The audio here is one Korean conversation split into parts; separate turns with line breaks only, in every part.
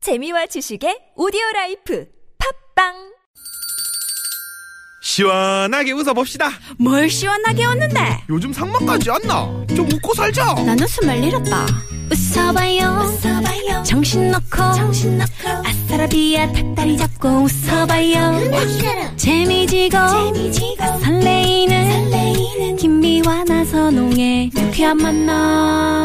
재미와 지식의 오디오 라이프 팝빵
시원하게 웃어봅시다.
뭘 시원하게 웃는데
요즘 상만까지 안 나. 좀 웃고 살자.
난 웃음을 잃었다 웃어봐요, 정신 놓고 아싸라비아 닭다리 잡고 웃어봐요 재미지고, 설레이는, 김미와 나서 농에 유쾌한 만나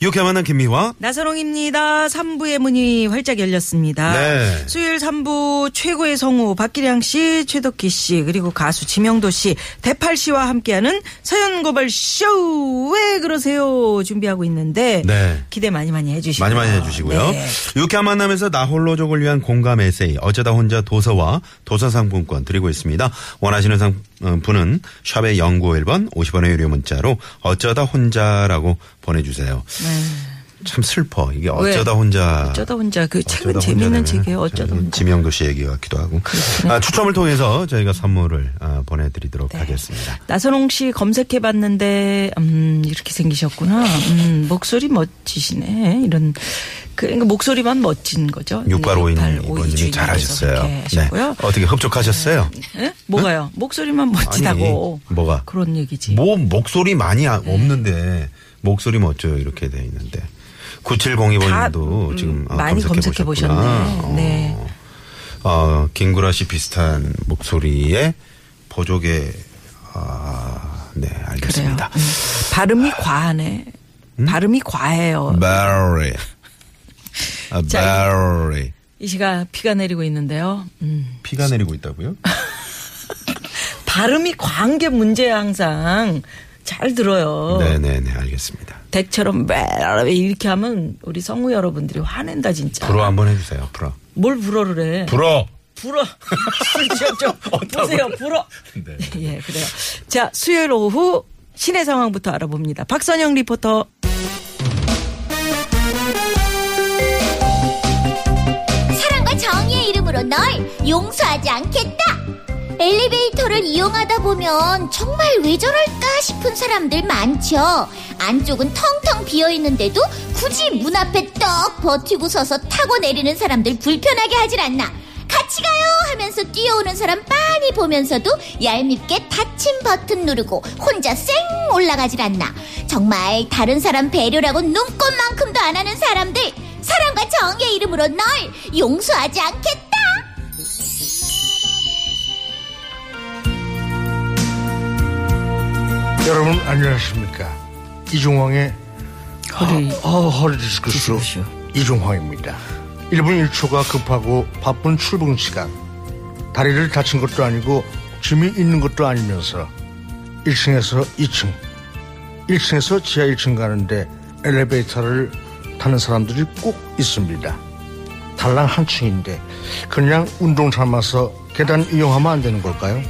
유쾌 만난 김미화.
나선홍입니다. 3부의 문이 활짝 열렸습니다.
네.
수요일 3부 최고의 성우 박기량 씨, 최덕기 씨, 그리고 가수 지명도 씨, 대팔 씨와 함께하는 서연고발 쇼! 왜 그러세요? 준비하고 있는데
네.
기대 많이 많이 해주시고요.
많이 많이 해주시고요.
네.
유쾌한 만남에서 나 홀로족을 위한 공감 에세이 어쩌다 혼자 도서와 도서상품권 드리고 있습니다. 원하시는 상, 어, 분은 샵의 0951번 50원의 유료 문자로 어쩌다 혼자라고 보내주세요. 참 슬퍼. 이게 어쩌다 혼자.
네. 어쩌다 혼자 그 책은
어쩌다
재밌는
혼자라면
책이에요. 어쩌다
저는
혼자.
지명도 씨 얘기 같기도 하고. 아, 추첨을 통해서 저희가 선물을 아, 보내드리도록
네.
하겠습니다.
나선홍 씨 검색해봤는데 음 이렇게 생기셨구나. 음 목소리 멋지시네. 이런 그러니까 목소리만 멋진 거죠.
6852님
6852
이번님이
주인님께서
잘하셨어요. 네.
그렇게 하셨고요.
어떻게 흡족하셨어요?
예? 뭐가요? 목소리만 멋지다고. 네.
아니, 뭐가?
그런 얘기지.
뭐 목소리 많이 아- 없는데 목소리 멋져요 이렇게 돼 있는데.
다,
9702번님도
음,
지금 아,
많이
검색해
검색해 보셨네.
보셨구나.
네.
어, 김구라 씨 비슷한 목소리에 보조개 아, 네,
그래요.
알겠습니다.
음. 발음이 과하네. 발음이 과해요.
Barry. 아,
어. 자,
Barry.
이 시각 비가 내리고 있는데요. 음.
피가 내리고 있다고요?
발음이 과한 게 문제야 항상. 잘 들어요.
네, 네, 네, 알겠습니다.
덱처럼 매 이렇게 하면 우리 성우 여러분들이 화낸다 진짜.
불어 한번 해주세요. 불어.
뭘 불어를 해?
불어.
불어. 좀, 좀 보세요 불어.
네.
예 그래요. 자 수요일 오후 시내 상황부터 알아봅니다. 박선영 리포터.
사랑과 정의의 이름으로 널 용서하지 않겠다. 엘리베이터를 이용하다 보면 정말 왜 저럴까 싶은 사람들 많죠. 안쪽은 텅텅 비어 있는데도 굳이 문 앞에 떡 버티고 서서 타고 내리는 사람들 불편하게 하질 않나. 같이 가요 하면서 뛰어오는 사람 빤히 보면서도 얄밉게 닫힌 버튼 누르고 혼자 쌩 올라가질 않나. 정말 다른 사람 배려라고 눈꽃만큼도 안 하는 사람들 사랑과 정의의 이름으로 널 용서하지 않겠다.
여러분 안녕하십니까 이종황의
허리.
어, 허리 디스크쇼
디스크쇼.
이종황입니다 1분 1초가 급하고 바쁜 출근 시간 다리를 다친 것도 아니고 짐이 있는 것도 아니면서 1층에서 2층 1층에서 지하 1층 가는데 엘리베이터를 타는 사람들이 꼭 있습니다 달랑 한 층인데 그냥 운동 삼아서 계단 이용하면 안 되는 걸까요?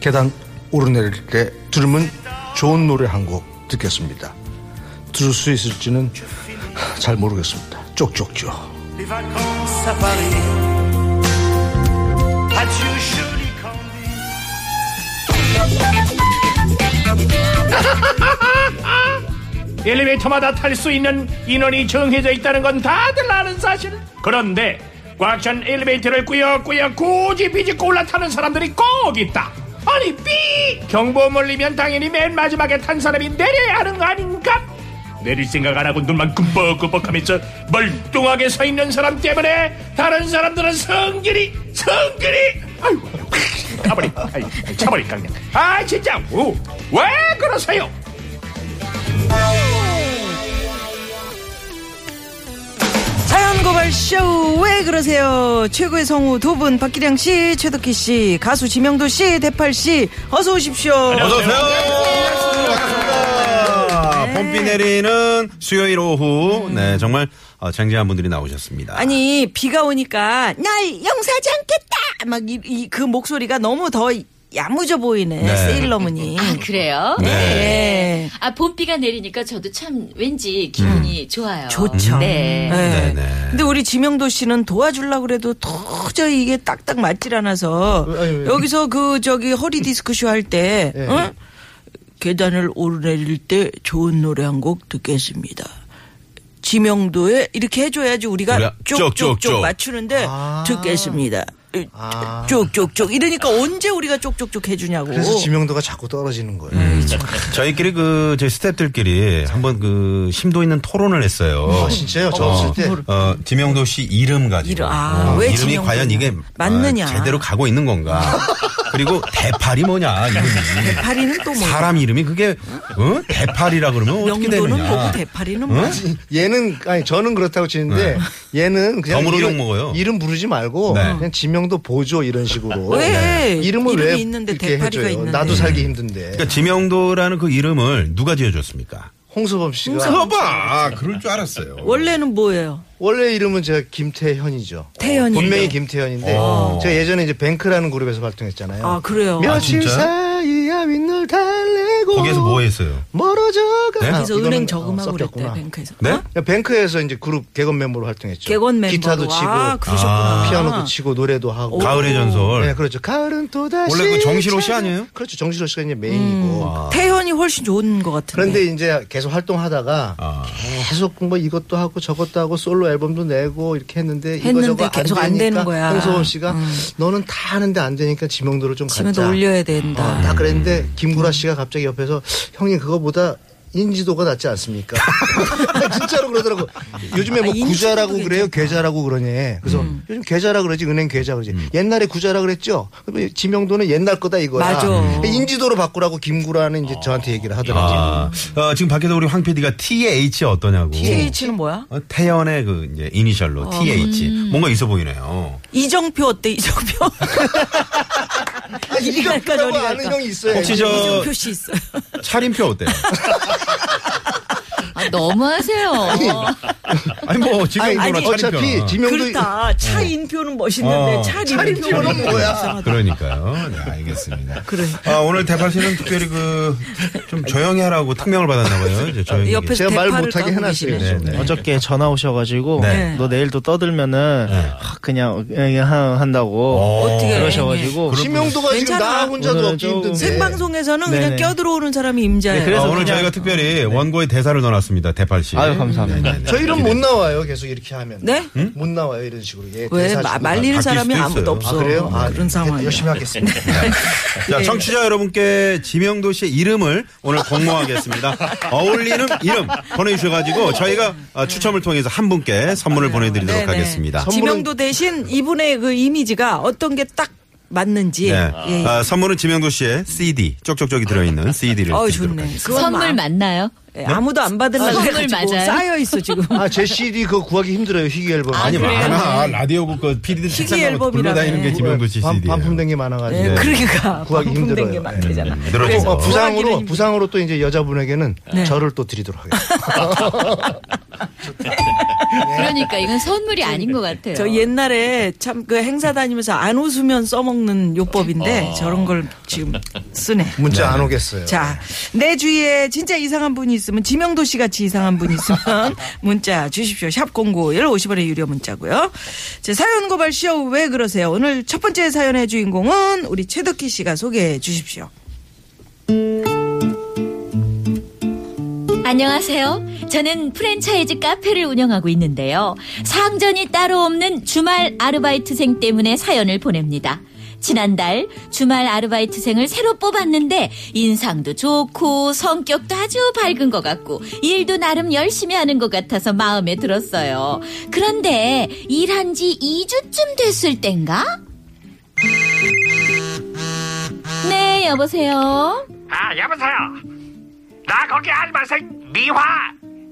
계단 오르내릴 때 들으면 좋은 노래 한 곡 듣겠습니다. 들을 수 있을지는 잘 모르겠습니다. 쪽쪽쪽.
les vacances à Paris. Adieu, jolie Candide.
엘리베이터마다 탈 수 있는 인원이 정해져 있다는 건 다들 아는 사실. 그런데 꽉 찬 엘리베이터를 꾸역꾸역 굳이 비집고 올라타는 사람들이 꼭 있다. 아니 삐 경보음 울리면 당연히 맨 마지막에 탄 사람이 내려야 하는 거 아닌가? 내릴 생각 안 하고 눈만 끔뻑끔뻑하면서 멀뚱하게 서 있는 사람 때문에 다른 사람들은 성질이 성질이 아이고 가버리 차버리 강냥 아 진짜 오, 왜 그러세요?
사연 고발 쇼 왜 그러세요? 최고의 성우 두 분 박기량 씨, 최덕희 씨, 가수 지명도 씨, 대팔 씨 어서 오십시오.
어서오세요.
네.
반갑습니다. 봄비 아, 내리는 수요일 오후. 네, 정말 어, 쟁쟁한 분들이 나오셨습니다.
아니 비가 오니까 날 용서하지 않겠다 막 이 그 목소리가 너무 더 야무져 보이네
네.
세일러문이.
아, 그래요?
네.
아, 봄비가 내리니까 저도 참 왠지 기분이
음.
좋아요.
좋죠.
네.
네.
네네.
근데 우리 지명도 씨는 도와주려고 그래도 도저히 이게 딱딱 맞질 않아서 여기서 그 저기 허리 디스크쇼 할 때 응? 계단을 오르내릴 때 좋은 노래 한 곡 듣겠습니다. 지명도에 이렇게 해줘야지 우리가
우리가
쪽쪽쪽
쪽쪽쪽.
맞추는데
아.
듣겠습니다.
아.
쪽쪽쪽 이러니까 언제 우리가 쪽쪽쪽 해주냐고.
그래서 지명도가 자꾸 떨어지는 거예요.
저희끼리 그, 저희 스탭들끼리 한번 그, 심도 있는 토론을 했어요.
아, 진짜요? 저 없을 때.
어, 지명도 씨 이름 가지고. 어,
이름, 아, 왜
이름이
지명도냐.
과연 이게
맞느냐.
어, 제대로 가고 있는 건가? 그리고 대팔이 뭐냐 이름이.
대파리는 또 뭐?
사람 이름이 그게 어? 대팔이라 그러면 어떻게 되느냐?
명도는 뭐고 대파리는 뭐?
얘는 아니 저는 그렇다고 치는데 얘는 그냥
네. 덤으로
이름,
욕 먹어요.
이름 부르지 말고
네.
그냥 지명도 보조 이런 식으로
왜?
네. 이름을
이름이
왜
있는데
이렇게
대파리가
해줘요.
있는데.
나도 살기 힘든데
그러니까 지명도라는 그 이름을 누가 지어줬습니까?
홍수범 씨가
봐봐, 아, 그럴 줄 알았어요.
원래는 뭐예요?
원래 이름은 제가 김태현이죠.
태현이.
본명이 김태현인데
어.
제가 예전에 이제 뱅크라는 그룹에서 활동했잖아요.
아 그래요.
아,
며칠
진짜요?
사이야 윗널 달래고
거기에서 뭐 했어요?
멀어져가
네?
그래서
이거는,
은행
어,
저금하고 그랬대
섞였구나.
뱅크에서.
네?
어?
뱅크에서 이제 그룹 객원 멤버로 활동했죠.
객원 멤버로.
기타도 치고
아, 그러셨구나.
피아노도 치고 노래도 하고
가을의 전설.
네, 그렇죠. 가을은 또 다시
원래 그 정실호 씨 아니에요? 음. 아.
그렇죠. 정실호 씨가 이제 메인이고.
태현이 훨씬 좋은 것 같은데.
그런데 이제 계속 활동하다가
아.
계속 뭐 이것도 하고 저것도 하고 솔로 앨범도 내고 이렇게 했는데, 이거
했는데
저거
계속 안
되니까
되는 거야. 음.
홍소범 씨가 너는 다 하는데 안 되니까 지명도를 좀
지금도
갖자.
올려야
어,
된다. 음.
다
음.
그랬는데 김구라 씨가 갑자기 옆에서 형님 그거보다 인지도가 낮지 않습니까? 진짜로 그러더라고. 요즘에 뭐
아, 인지도도
구자라고
괜찮다.
그래요, 계좌라고 그러네. 그래서
음.
요즘 계좌라 그러지 은행 계좌 그러지. 옛날에 구자라 그랬죠. 그러면 지명도는 옛날 거다 이거야.
맞아.
근데 인지도로 바꾸라고 김구라는 이제 저한테 얘기를 하더라고요.
아, 어, 지금 밖에서 우리 황 PD가 TH 어떠냐고.
TH는 뭐야?
어, 태연의 그 이제 이니셜로
어.
TH
음.
뭔가 있어 보이네요.
이정표 어때? 이정표.
아,
이리 갈까,
이정표라고
저리
아는
갈까.
형이 있어요.
혹시 저
이정표 씨 있어요.
차림표 어때요?
아, 너무하세요.
아니 뭐 지금
아니,
이거나 차림표.
어차피 지명도
그렇다. 그러니까. 차인표는 멋있는데
어.
차인표는 뭐야?
그러니까요. 네, 알겠습니다.
그래.
아, 오늘 대팔 씨는 특별히 그 좀 조용히 하라고 특명을 받았나 봐요. 이제 조용히.
아, 옆에서
제가 말
대파를
못하게
까고
해놨어요.
계시네.
네.
어저께 전화 오셔가지고
네.
너 내일 또 떠들면은 하, 그냥 그냥 하- 한다고
어떻게 네.
그러셔가지고
지명도가 지금
괜찮아.
나 혼자도
오늘은
얻기
좀-
힘든데.
생방송에서는
네.
그냥
네네.
껴들어오는 사람이 임자예요.
네,
아,
그래서
오늘
그냥-
저희가 특별히 네. 원고의 대사를 넣어놨습니다. 대팔 씨. 네,
아유, 감사합니다.
저 이름 못 나와요. 계속 이렇게 하면.
네?
못 나와요. 이런 식으로. 예,
왜
대사
마-
지금
말리는
바뀔
사람이
수도
아무도
있어요.
아,
없어.
그래요? 아,
그런
됐다.
상황이야.
열심히 하겠습니다.
네.
네.
자, 청취자 여러분께 지명도 씨의 이름을 오늘 공모하겠습니다. 어울리는 이름 보내주셔가지고 저희가 어, 추첨을 통해서 한 분께 선물을 보내드리도록
네네.
하겠습니다.
지명도 대신 이분의 그 이미지가 어떤 게 딱 맞는지.
네.
예. 아.
아, 선물은 지명도 씨의 CD, 쪽쪽쪽이 들어있는 CD를
어우
드리도록
좋네.
하겠습니다.
그건
선물
마-
아. 맞나요?
예, 아무도 안 받으려고
아, 선물
해가지고
맞아요?
쌓여 있어 지금.
아, 제 CD 그거 구하기 힘들어요. 희귀 앨범.
아니 많아 라디오국 그 PD들 책상 가고
앨범이라며.
굴러다니는 게 지명도 씨
네. 반-
CD.
반품된 게
예,
많아가지고.
그러니까
구하기
반품된 게
힘들어요.
많대잖아.
늘어지고.
어, 부상으로
구하기는
부상으로 또 이제 여자분에게는
네.
저를 또 드리도록 하겠습니다.
그러니까 이건 선물이
네.
아닌 것 같아요.
저 옛날에 참 그 행사 다니면서 안 웃으면 써먹는
어.
요법인데 저런 걸 지금 쓰네.
문자 안 오겠어요.
자, 내 주위에 진짜 이상한 분이 있으면 지명도 씨 같이 이상한 분이 있으면 문자 주십시오. 샵 공고일 50원의 유료 문자고요. 제 사연 고발 쇼 왜 그러세요? 오늘 첫 번째 사연의 주인공은 우리 최덕희 씨가 소개해 주십시오.
안녕하세요. 저는 프랜차이즈 카페를 운영하고 있는데요. 상전이 따로 없는 주말 아르바이트생 때문에 사연을 보냅니다. 지난달 주말 아르바이트생을 새로 뽑았는데 인상도 좋고 성격도 아주 밝은 것 같고 일도 나름 열심히 하는 것 같아서 마음에 들었어요. 그런데 일한 지 2주쯤 됐을 땐가? 네, 여보세요.
아 여보세요 나 거기 알바생 미화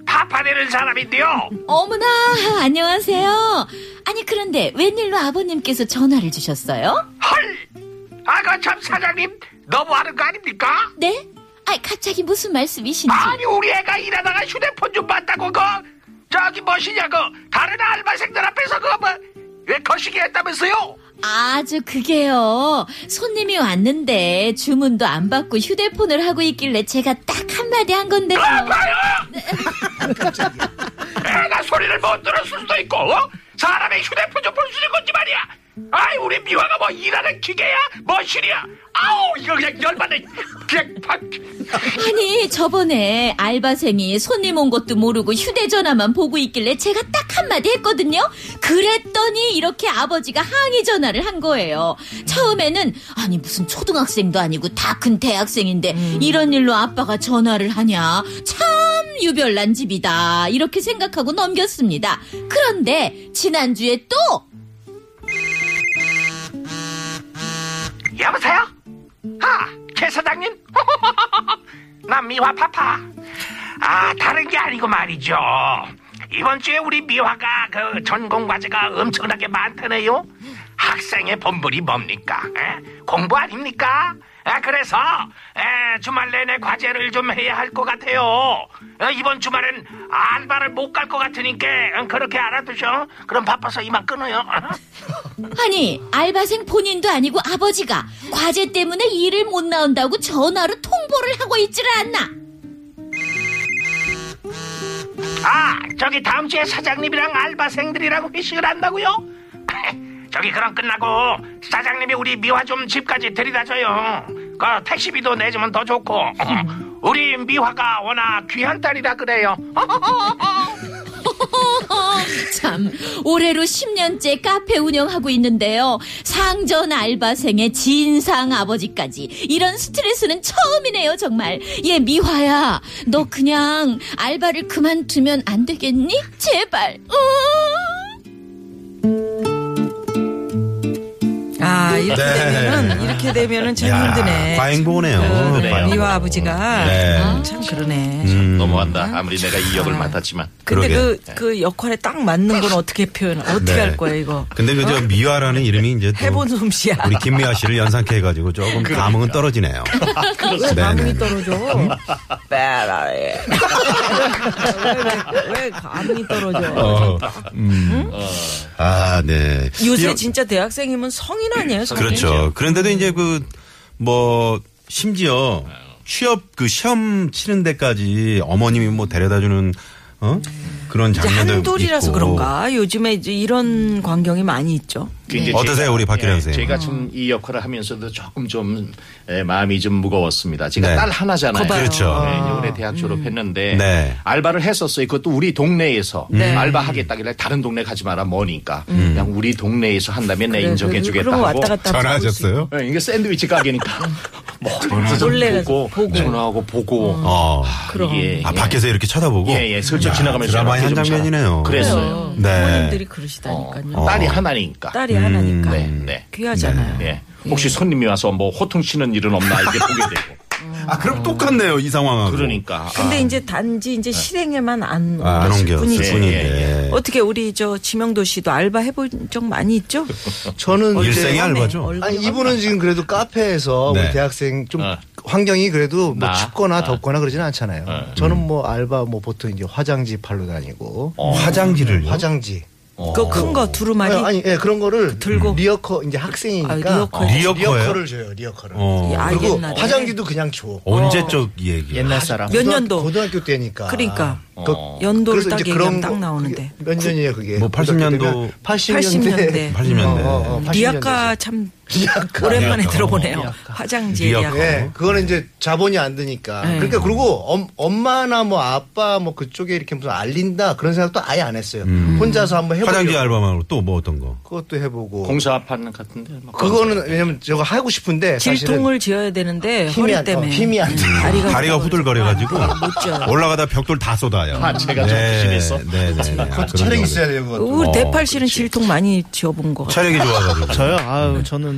파파내는 사람인데요
어머나, 안녕하세요. 아니, 그런데 웬일로 아버님께서 전화를 주셨어요?
헐 아가 그 참 사장님 너무하는 거 아닙니까?
네? 아이, 갑자기 무슨 말씀이신지.
아니 우리 애가 일하다가 휴대폰 좀 봤다고 그 저기 뭐시냐 그 다른 알바생들 앞에서 그뭐왜 거시기 했다면서요?
아주 그게요. 손님이 왔는데 주문도 안 받고 휴대폰을 하고 있길래 제가 딱 한마디 한 건데요.
아파요! 애가 소리를 못 들었을 수도 있고 어? 사람의 휴대폰 좀 볼 수 있는 건지 말이야 아이 우리 미화가 뭐 일하는 기계야? 머신이야? 아우 이거 그냥 열받네 그냥 팍
아니 저번에 알바생이 손님 온 것도 모르고 휴대전화만 보고 있길래 제가 딱 한마디 했거든요. 그랬더니 이렇게 아버지가 항의 전화를 한 거예요. 처음에는 아니 무슨 초등학생도 아니고 다 큰 대학생인데 이런 일로 아빠가 전화를 하냐 참 유별난 집이다 이렇게 생각하고 넘겼습니다. 그런데 지난주에 또
여보세요? 아, 최 사장님? 나 미화 파파. 아, 다른 게 아니고 말이죠. 이번 주에 우리 미화가 그 전공 과제가 엄청나게 많다네요. 학생의 본분이 뭡니까? 에? 공부 아닙니까? 아, 그래서 에, 주말 내내 과제를 좀 해야 할 것 같아요. 어, 이번 주말엔 안바를 못 갈 것 같으니까 어, 그렇게 알아두셔. 그럼 바빠서 이만 끊어요. 어?
아니 알바생 본인도 아니고 아버지가 과제 때문에 일을 못 나온다고 전화로 통보를 하고 있질 않나
아, 저기 다음 주에 사장님이랑 알바생들이랑 회식을 한다고요? 저기 그럼 끝나고 사장님이 우리 미화 좀 집까지 데려다 줘요. 그 택시비도 내주면 더 좋고. 우리 미화가 워낙 귀한 딸이라 그래요.
참 올해로 10년째 카페 운영하고 있는데요 상전 알바생의 진상 아버지까지 이런 스트레스는 처음이네요 정말 얘 미화야 너 그냥 알바를 그만두면 안 되겠니? 제발 어.
아 이렇게
네.
되면은 이렇게 되면은 참
야,
힘드네.
과잉보네요.
참,
네.
어, 미화 아버지가
네. 음.
아, 참 그러네.
넘어간다. 아무리 내가 이 역을 맡았지만.
근데
그러게.
그 그 역할에 딱 맞는 건 어떻게 표현? 어떻게
네.
할 거야 이거?
근데 그저 미화라는 이름이 이제 또
해본 그러니까. 솜씨야.
우리 김미화 씨를 연상케 해가지고 조금 감흥은 떨어지네요. 네, 네,
감흥이
네.
떨어져. 빼라래. 왜, 왜 감이 떨어져?
어, 음. 아, 네.
요새
이런-
진짜 대학생이면 성인 아니에요? 성인?
그렇죠. 그런데도 이제 그 뭐 심지어 취업 그 시험 치는 데까지 어머님이 뭐 데려다주는 어 그런
이제
장면도
한둘이라서
있고.
그런가? 요즘에 이제 이런 광경이 많이 있죠.
그
그러니까.
이제
어떠세요, 우리 박기량
예,
선생님?
제가
음.
좀 이 역할을 하면서도 조금 좀 예, 마음이 좀 무거웠습니다. 제가
네.
딸 하나잖아요.
거봐요. 그렇죠.
네, 이제 올해 대학 졸업했는데
네.
알바를 했었어요. 그것도 우리 동네에서
네.
알바 하겠다길래 다른 동네 가지 마라 머니까 그냥 우리 동네에서 한다면 내 인정해주겠다
그러면
하고
왔다 갔다
음. 전화하셨어요?
예, 이게 샌드위치 가게니까 멀리서 좀
놀래가지고
보고,
보고. 음.
전화하고 보고
어.
이게
아
예.
밖에서 이렇게 쳐다보고.
예, 예. 슬쩍 지나가면서
드라마의 한
이렇게 좀
장면이네요.
자- 그랬어요.
하고
네.
부모님들이 그러시다니까요.
어.
딸이 하나니까
딸이 하나니까
네,
음,
네.
귀하잖아요.
예. 혹시 손님이 와서 뭐 호통 치는 일은 없나 이렇게 보게 되고
아 그럼 똑같네요 이 상황하고.
그러니까
근데 이제 단지 이제 실행에만 안
네. 아, 안 네.
옮겼을
옮겼을
뿐이지.
뿐인데.
예,
어떻게 우리 저 지명도 씨도 알바 해본 적 많이 있죠? 네.
저는
일생이
이제-
알바죠.
얼굴이
아니 이분은 지금 그래도 카페에서
네.
우리 대학생 좀
어.
환경이 그래도 뭐
나?
춥거나
어.
덥거나 그러진 않잖아요.
어.
저는 뭐 알바 뭐 보통 이제 화장지 팔로 다니고
어.
화장지를요?
화장지
어.
어.
그거 큰 거 두루마리
아니, 아니 예 그런 거를
들고.
리어커 이제 학생이니까
아, 리어커.
리어커예요?
리어커를 줘요 리어커를
어.
야,
그리고
옛날에. 어.
화장지도 그냥 줘.
언제 쪽 얘기?
옛날 사람
몇 년도?
고등학교 때니까.
그러니까.
그-
연도를
그래서
딱
이제
얘기하면
그런
딱
거-
나오는데.
그게 몇 년이에요 그게?
뭐 80년도
80년대. 어,
80년대. 어,
리아카 참 오랜만에 들어보네요. 화장지
리아카.
리아카. 네.
예, 그거는 이제 자본이 안 드니까. 그러니까 그리고 엄, 엄마나 뭐 아빠 뭐 그쪽에 이렇게 무슨 알린다 그런 생각도 아예 안 했어요. 혼자서 한번 해보고
음. 화장지 알바만으로 또 뭐 어떤 거?
그것도 해보고.
공사판 같은데 막
그거는 왜냐면 저거 하고 싶은데 사실은
질통을 지어야 되는데
힘이
허리
안-
때문에 음.
어, 힘이 안 돼.
다리가 아,
다리가 후들거려가지고
쪄요.
올라가다 벽돌 다 쏟아요.
아, 제가 좀 배신했어?
네, 네, 네. 아, 그런
체력이
경우도
있어야 돼요 그것도.
우리
어,
대팔 씨는 질통 많이 지어본 것 같아요.
체력이 좋아가지고. 네.
저요? 아유, 저는.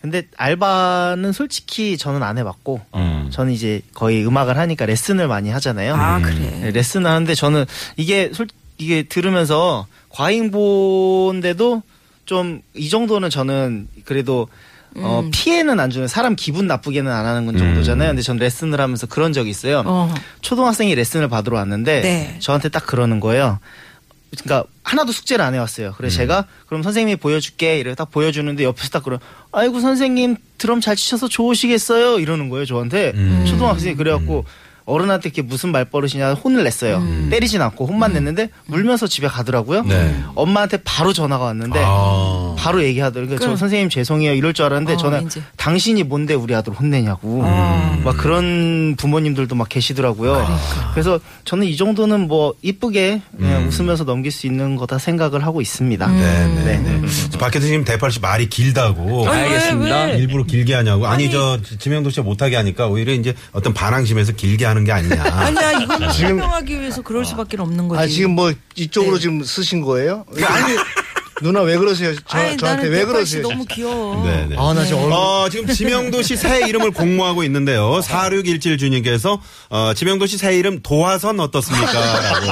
근데 알바는 솔직히 저는 안 해봤고,
음.
저는 이제 거의 음악을 하니까 레슨을 많이 하잖아요.
아 그래.
네, 레슨을 하는데 저는 이게 솔 이게 들으면서 과잉보인데도 좀 이 정도는 저는 그래도 어,
음.
피해는 안 주는 사람 기분 나쁘게는 안 하는 건 정도잖아요.
음.
근데 전 레슨을 하면서 그런 적이 있어요.
어.
초등학생이 레슨을 받으러 왔는데
네.
저한테 딱 그러는 거예요. 그러니까 하나도 숙제를 안 해왔어요. 그래서 제가 그럼 선생님이 보여줄게 이렇게 딱 보여주는데 옆에서 딱 그런 아이고 선생님 드럼 잘 치셔서 좋으시겠어요 이러는 거예요 저한테 초등학생이 그래갖고 어른한테 이렇게 무슨 말버릇이냐 혼을 냈어요. 때리진 않고 혼만 냈는데 울면서 집에 가더라고요.
네.
엄마한테 바로 전화가 왔는데
아.
바로 얘기하더라고요. 그러니까 저
그럼.
선생님 죄송해요 이럴 줄 알았는데
어,
저는
이제. 음.
당신이 뭔데 우리 아들 혼내냐고 음. 막 그런 부모님들도 막 계시더라고요.
그러니까.
그래서 저는 이 정도는 뭐 이쁘게 그냥 웃으면서 넘길 수 있는 거다 생각을 하고 있습니다.
음.
음.
네네네. 어, 박혜수님 대팔 씨 말이 길다고.
아니, 왜, 알겠습니다. 왜?
일부러 길게 하냐고. 아니, 저 지명도 씨가 못하게 하니까 오히려 이제 어떤 반항심에서 길게 하는 게 아니냐.
아니야 이거는
지금-
설명하기 위해서 그럴 수밖에 없는 거지.
아 지금 뭐 이쪽으로
네.
지금 쓰신 거예요? 아니 누나 왜 그러세요? 저,
아니,
저한테
나는
왜
백발 씨
그러세요?
너무 귀여워.
네네.
아 나 지금 얼굴 아.
어, 지금 지명도 씨 새 이름을 공모하고 있는데요. 4617 주님께서, 어, 지명도 씨 새 이름 도화선 어떻습니까? 라고.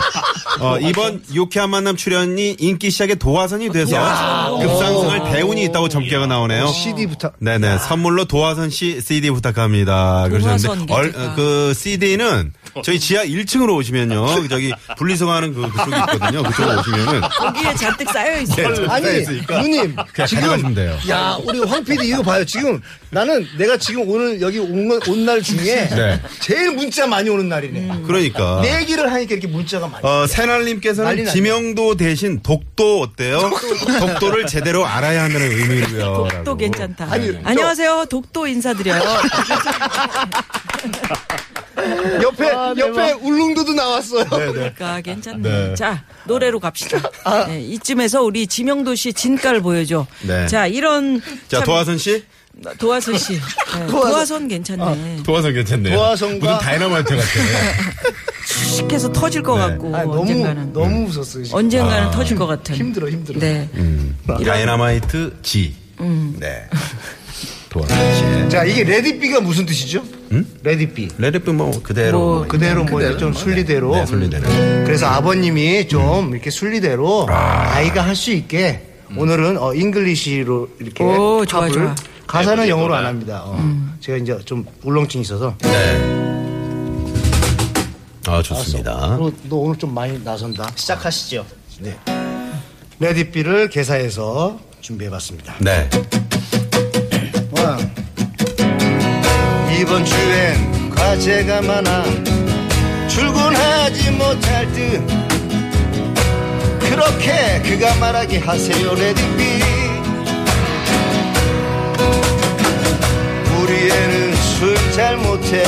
어, 이번 유쾌한 만남 출연이 인기 시작의 도화선이 돼서 급상승할 대운이 있다고 점괘가 나오네요.
CD 부탁.
네네. 선물로 도화선 씨 CD 부탁합니다. 그러셨는데,
도화선이겠다.
얼, 어, 그 CD는 저희 지하 1층으로 오시면요. 저기 분리수거하는 그, 그쪽이 있거든요. 그쪽으로 오시면은.
거기에 잔뜩 쌓여 있어.
아니
네, 있으니까.
누님
그냥 가져가시면 돼요.
야 우리 황 PD 이거 봐요 지금 나는 내가 지금 오늘 여기 온날 중에
네.
제일 문자 많이 오는 날이네
그러니까.
내 얘기를 하니까 이렇게 문자가 많이
어,
난리
새날님께서는
났네.
지명도 대신 독도 어때요? 독도를 제대로 알아야 한다는 의미고요.
독도 괜찮다.
아니,
네.
저-
안녕하세요. 독도 인사드려요.
옆에 옆에 울릉도도 나왔어요
아, 네,
네,
그러니까 괜찮네. 자 노래로 갑시다.
아.
네, 이쯤에서 우리 지명도 씨 진가를 보여줘.
네.
자 이런
자,
참-
도화선 씨.
도화선 씨. 네, 도화선. 괜찮네.
도화선 괜찮네요.
도화선과- 무슨
다이너마이트 같아.
식해서 터질 것
네.
같고
아니, 너무
언젠가는
음.
너무 웃었어요 지금.
언젠가는
아.
터질 것 같은.
힘들어 힘들어
네.
다이너마이트 G.
음.
네. 도화선 씨.
자 이게 레디비가 무슨 뜻이죠? 레디비
레드빛 뭐 그대로.
뭐
뭐
그대로 뭐 이제 좀 순리대로
네, 순리대로.
그래서 아버님이 좀 이렇게 순리대로 아. 이가 할 수 있게
음.
오늘은 어 잉글리시로 이렇게
오, 좋아,
합을.
좋아. 음.
가사는
네,
영어로
그거나.
안 합니다. 어. 제가 이제 좀 울렁증이 있어서
네. 아, 좋습니다.
어, 너, 너 오늘 좀 많이 나선다.
시작하시죠.
네. 레디비를 개사해서 준비해봤습니다.
네.
와. 이번 주엔 과제가 많아 출근하지 못할 듯 그렇게 그가 말하게 하세요 레디비 우리 애는 술 잘 못해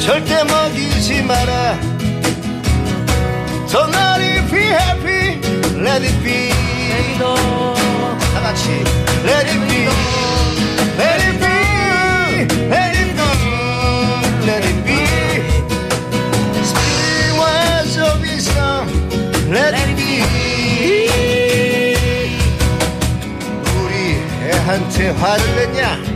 절대 먹이지 마라 So not if we happy let it be 다 같이 Let it be Let it be Let it go Let it be Spirit was of wisdom Let it be 우리 애한테 화를 냈냐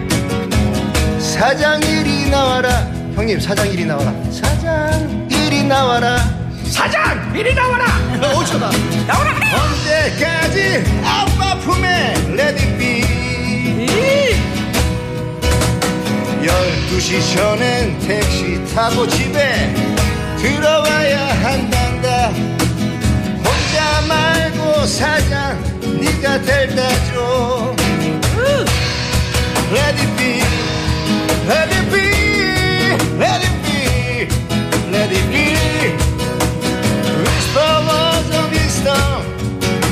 사장 일이 나와라 형님 사장 일이 나와라 사장 일이 나와라
사장 이리 나와라
어쩌다 나오라 그래 언제까지 아빠 품에 let it be 12시 전엔 택시 타고 집에 들어와야 한단다 혼자 말고 사장 네가 델다줘 Let it be Let it be Let it be Let it be Whisper words of wisdom.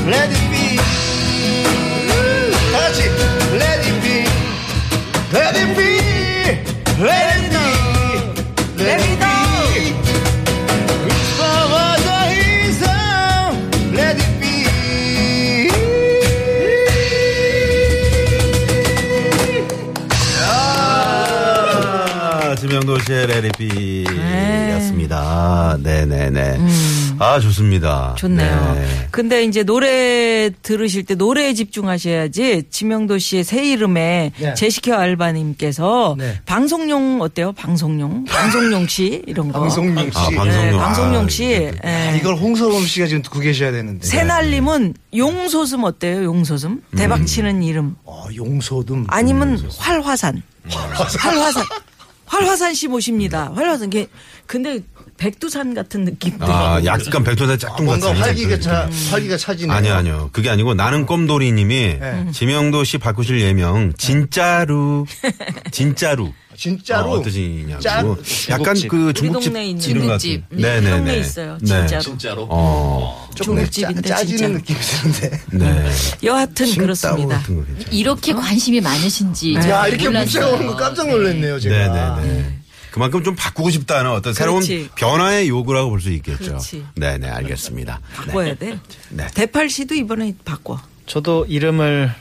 Let it be. Touch it. Let it be. Let it be. Let it be. Let it be. Whisper words of wisdom. Let it be.
아, 지명도 씨의
네.
레드빛이었습니다. 네네네.
음.
아, 좋습니다.
좋네요.
네.
근데 이제 노래 들으실 때 노래에 집중하셔야지 지명도 씨의 새 이름에
네.
제시켜 알바님께서
네.
방송용 어때요? 방송용? 방송용 씨 이런 거.
방송용
아,
씨.
네,
방송용.
방송용
아,
씨.
이렇게 또.
예.
아, 이걸 홍서범 씨가 지금 듣고 계셔야 되는데.
네. 새날님은 용소슴 어때요? 용소슴? 대박 치는 이름.
어, 용서듬.
아니면 활화산. 활화산. 활화산 씨 모십니다. 활화산. 걔- 근데 백두산 같은 음. 느낌.
아, 약간 백조사 짝퉁 같은
네. 뭔가 활기가
느낌.
차, 활기가 차지네.
아니요, 아니요. 그게 아니고 나는
네.
음.
예.
네.
음.
꼼돌이님이 지명도 씨 바꾸실 예명 진짜루, 진짜루.
진짜로
어, 어떠시냐고.
짠.
약간
중국집.
그
우리
중국집
동네에 있는
이름 같은.
중국집. 네, 동네에 있어요, 진짜로.
진짜로
어.
조금
중국집인데
짜,
진짜.
짜지는 느낌이 드는데.
네.
여하튼 그렇습니다.
같은 거 괜찮아요.
이렇게 관심이 많으신지
네.
야
잘
이렇게
몰랐어요.
문자가 오는 거 깜짝 놀랐네요
네,
제가.
네, 네. 그만큼 좀 바꾸고 싶다는 어떤 새로운
그렇지.
변화의 요구라고 볼 수 있겠죠.
그렇지.
네, 네, 알겠습니다. 네.
아, 바꿔야 돼.
네.
대팔 씨도 이번에 바꿔.
저도 이름을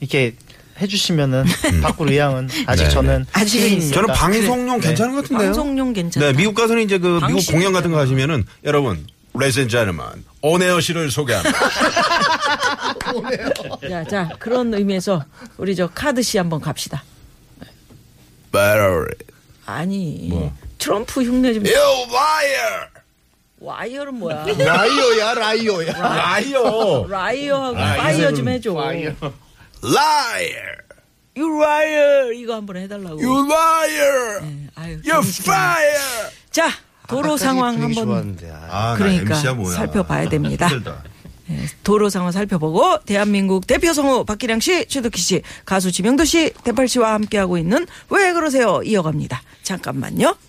이렇게 해주시면은 바꿀 의향은 아직
음. 네,
저는 네.
아직은 있어요.
저는 방송용 괜찮은 것 같은데요.
방송용 괜찮다.
네, 미국 가서는 이제 그 미국
방식이
공연 같은 거 가시면은 여러분, 레슨 자르만 오네어 씨를 소개합니다.
자, 자 그런 의미에서 우리 저 카드 씨 한번 갑시다.
Battery.
아니 트럼프 흉내 좀.
You liar.
와이어는 뭐야?
라이오야 라이오야.
Liar.
네.
라이어하고
아,
파이어 좀 해줘.
음.
Ah,
Liar.
You liar 이거 한번 해달라고.
You liar.
네, 아유,
You
정신이 없네.
fire.
자 도로 상황
분위기
한번
좋았는데. 아.
아,
그러니까
나 MC야 뭐야.
살펴봐야 됩니다.
힘들다.
도로 상황 살펴보고 대한민국 대표 성우 박기량 씨, 최덕희 씨, 가수 지명도 씨, 대팔 씨와 함께하고 있는 왜 그러세요 이어갑니다. 잠깐만요.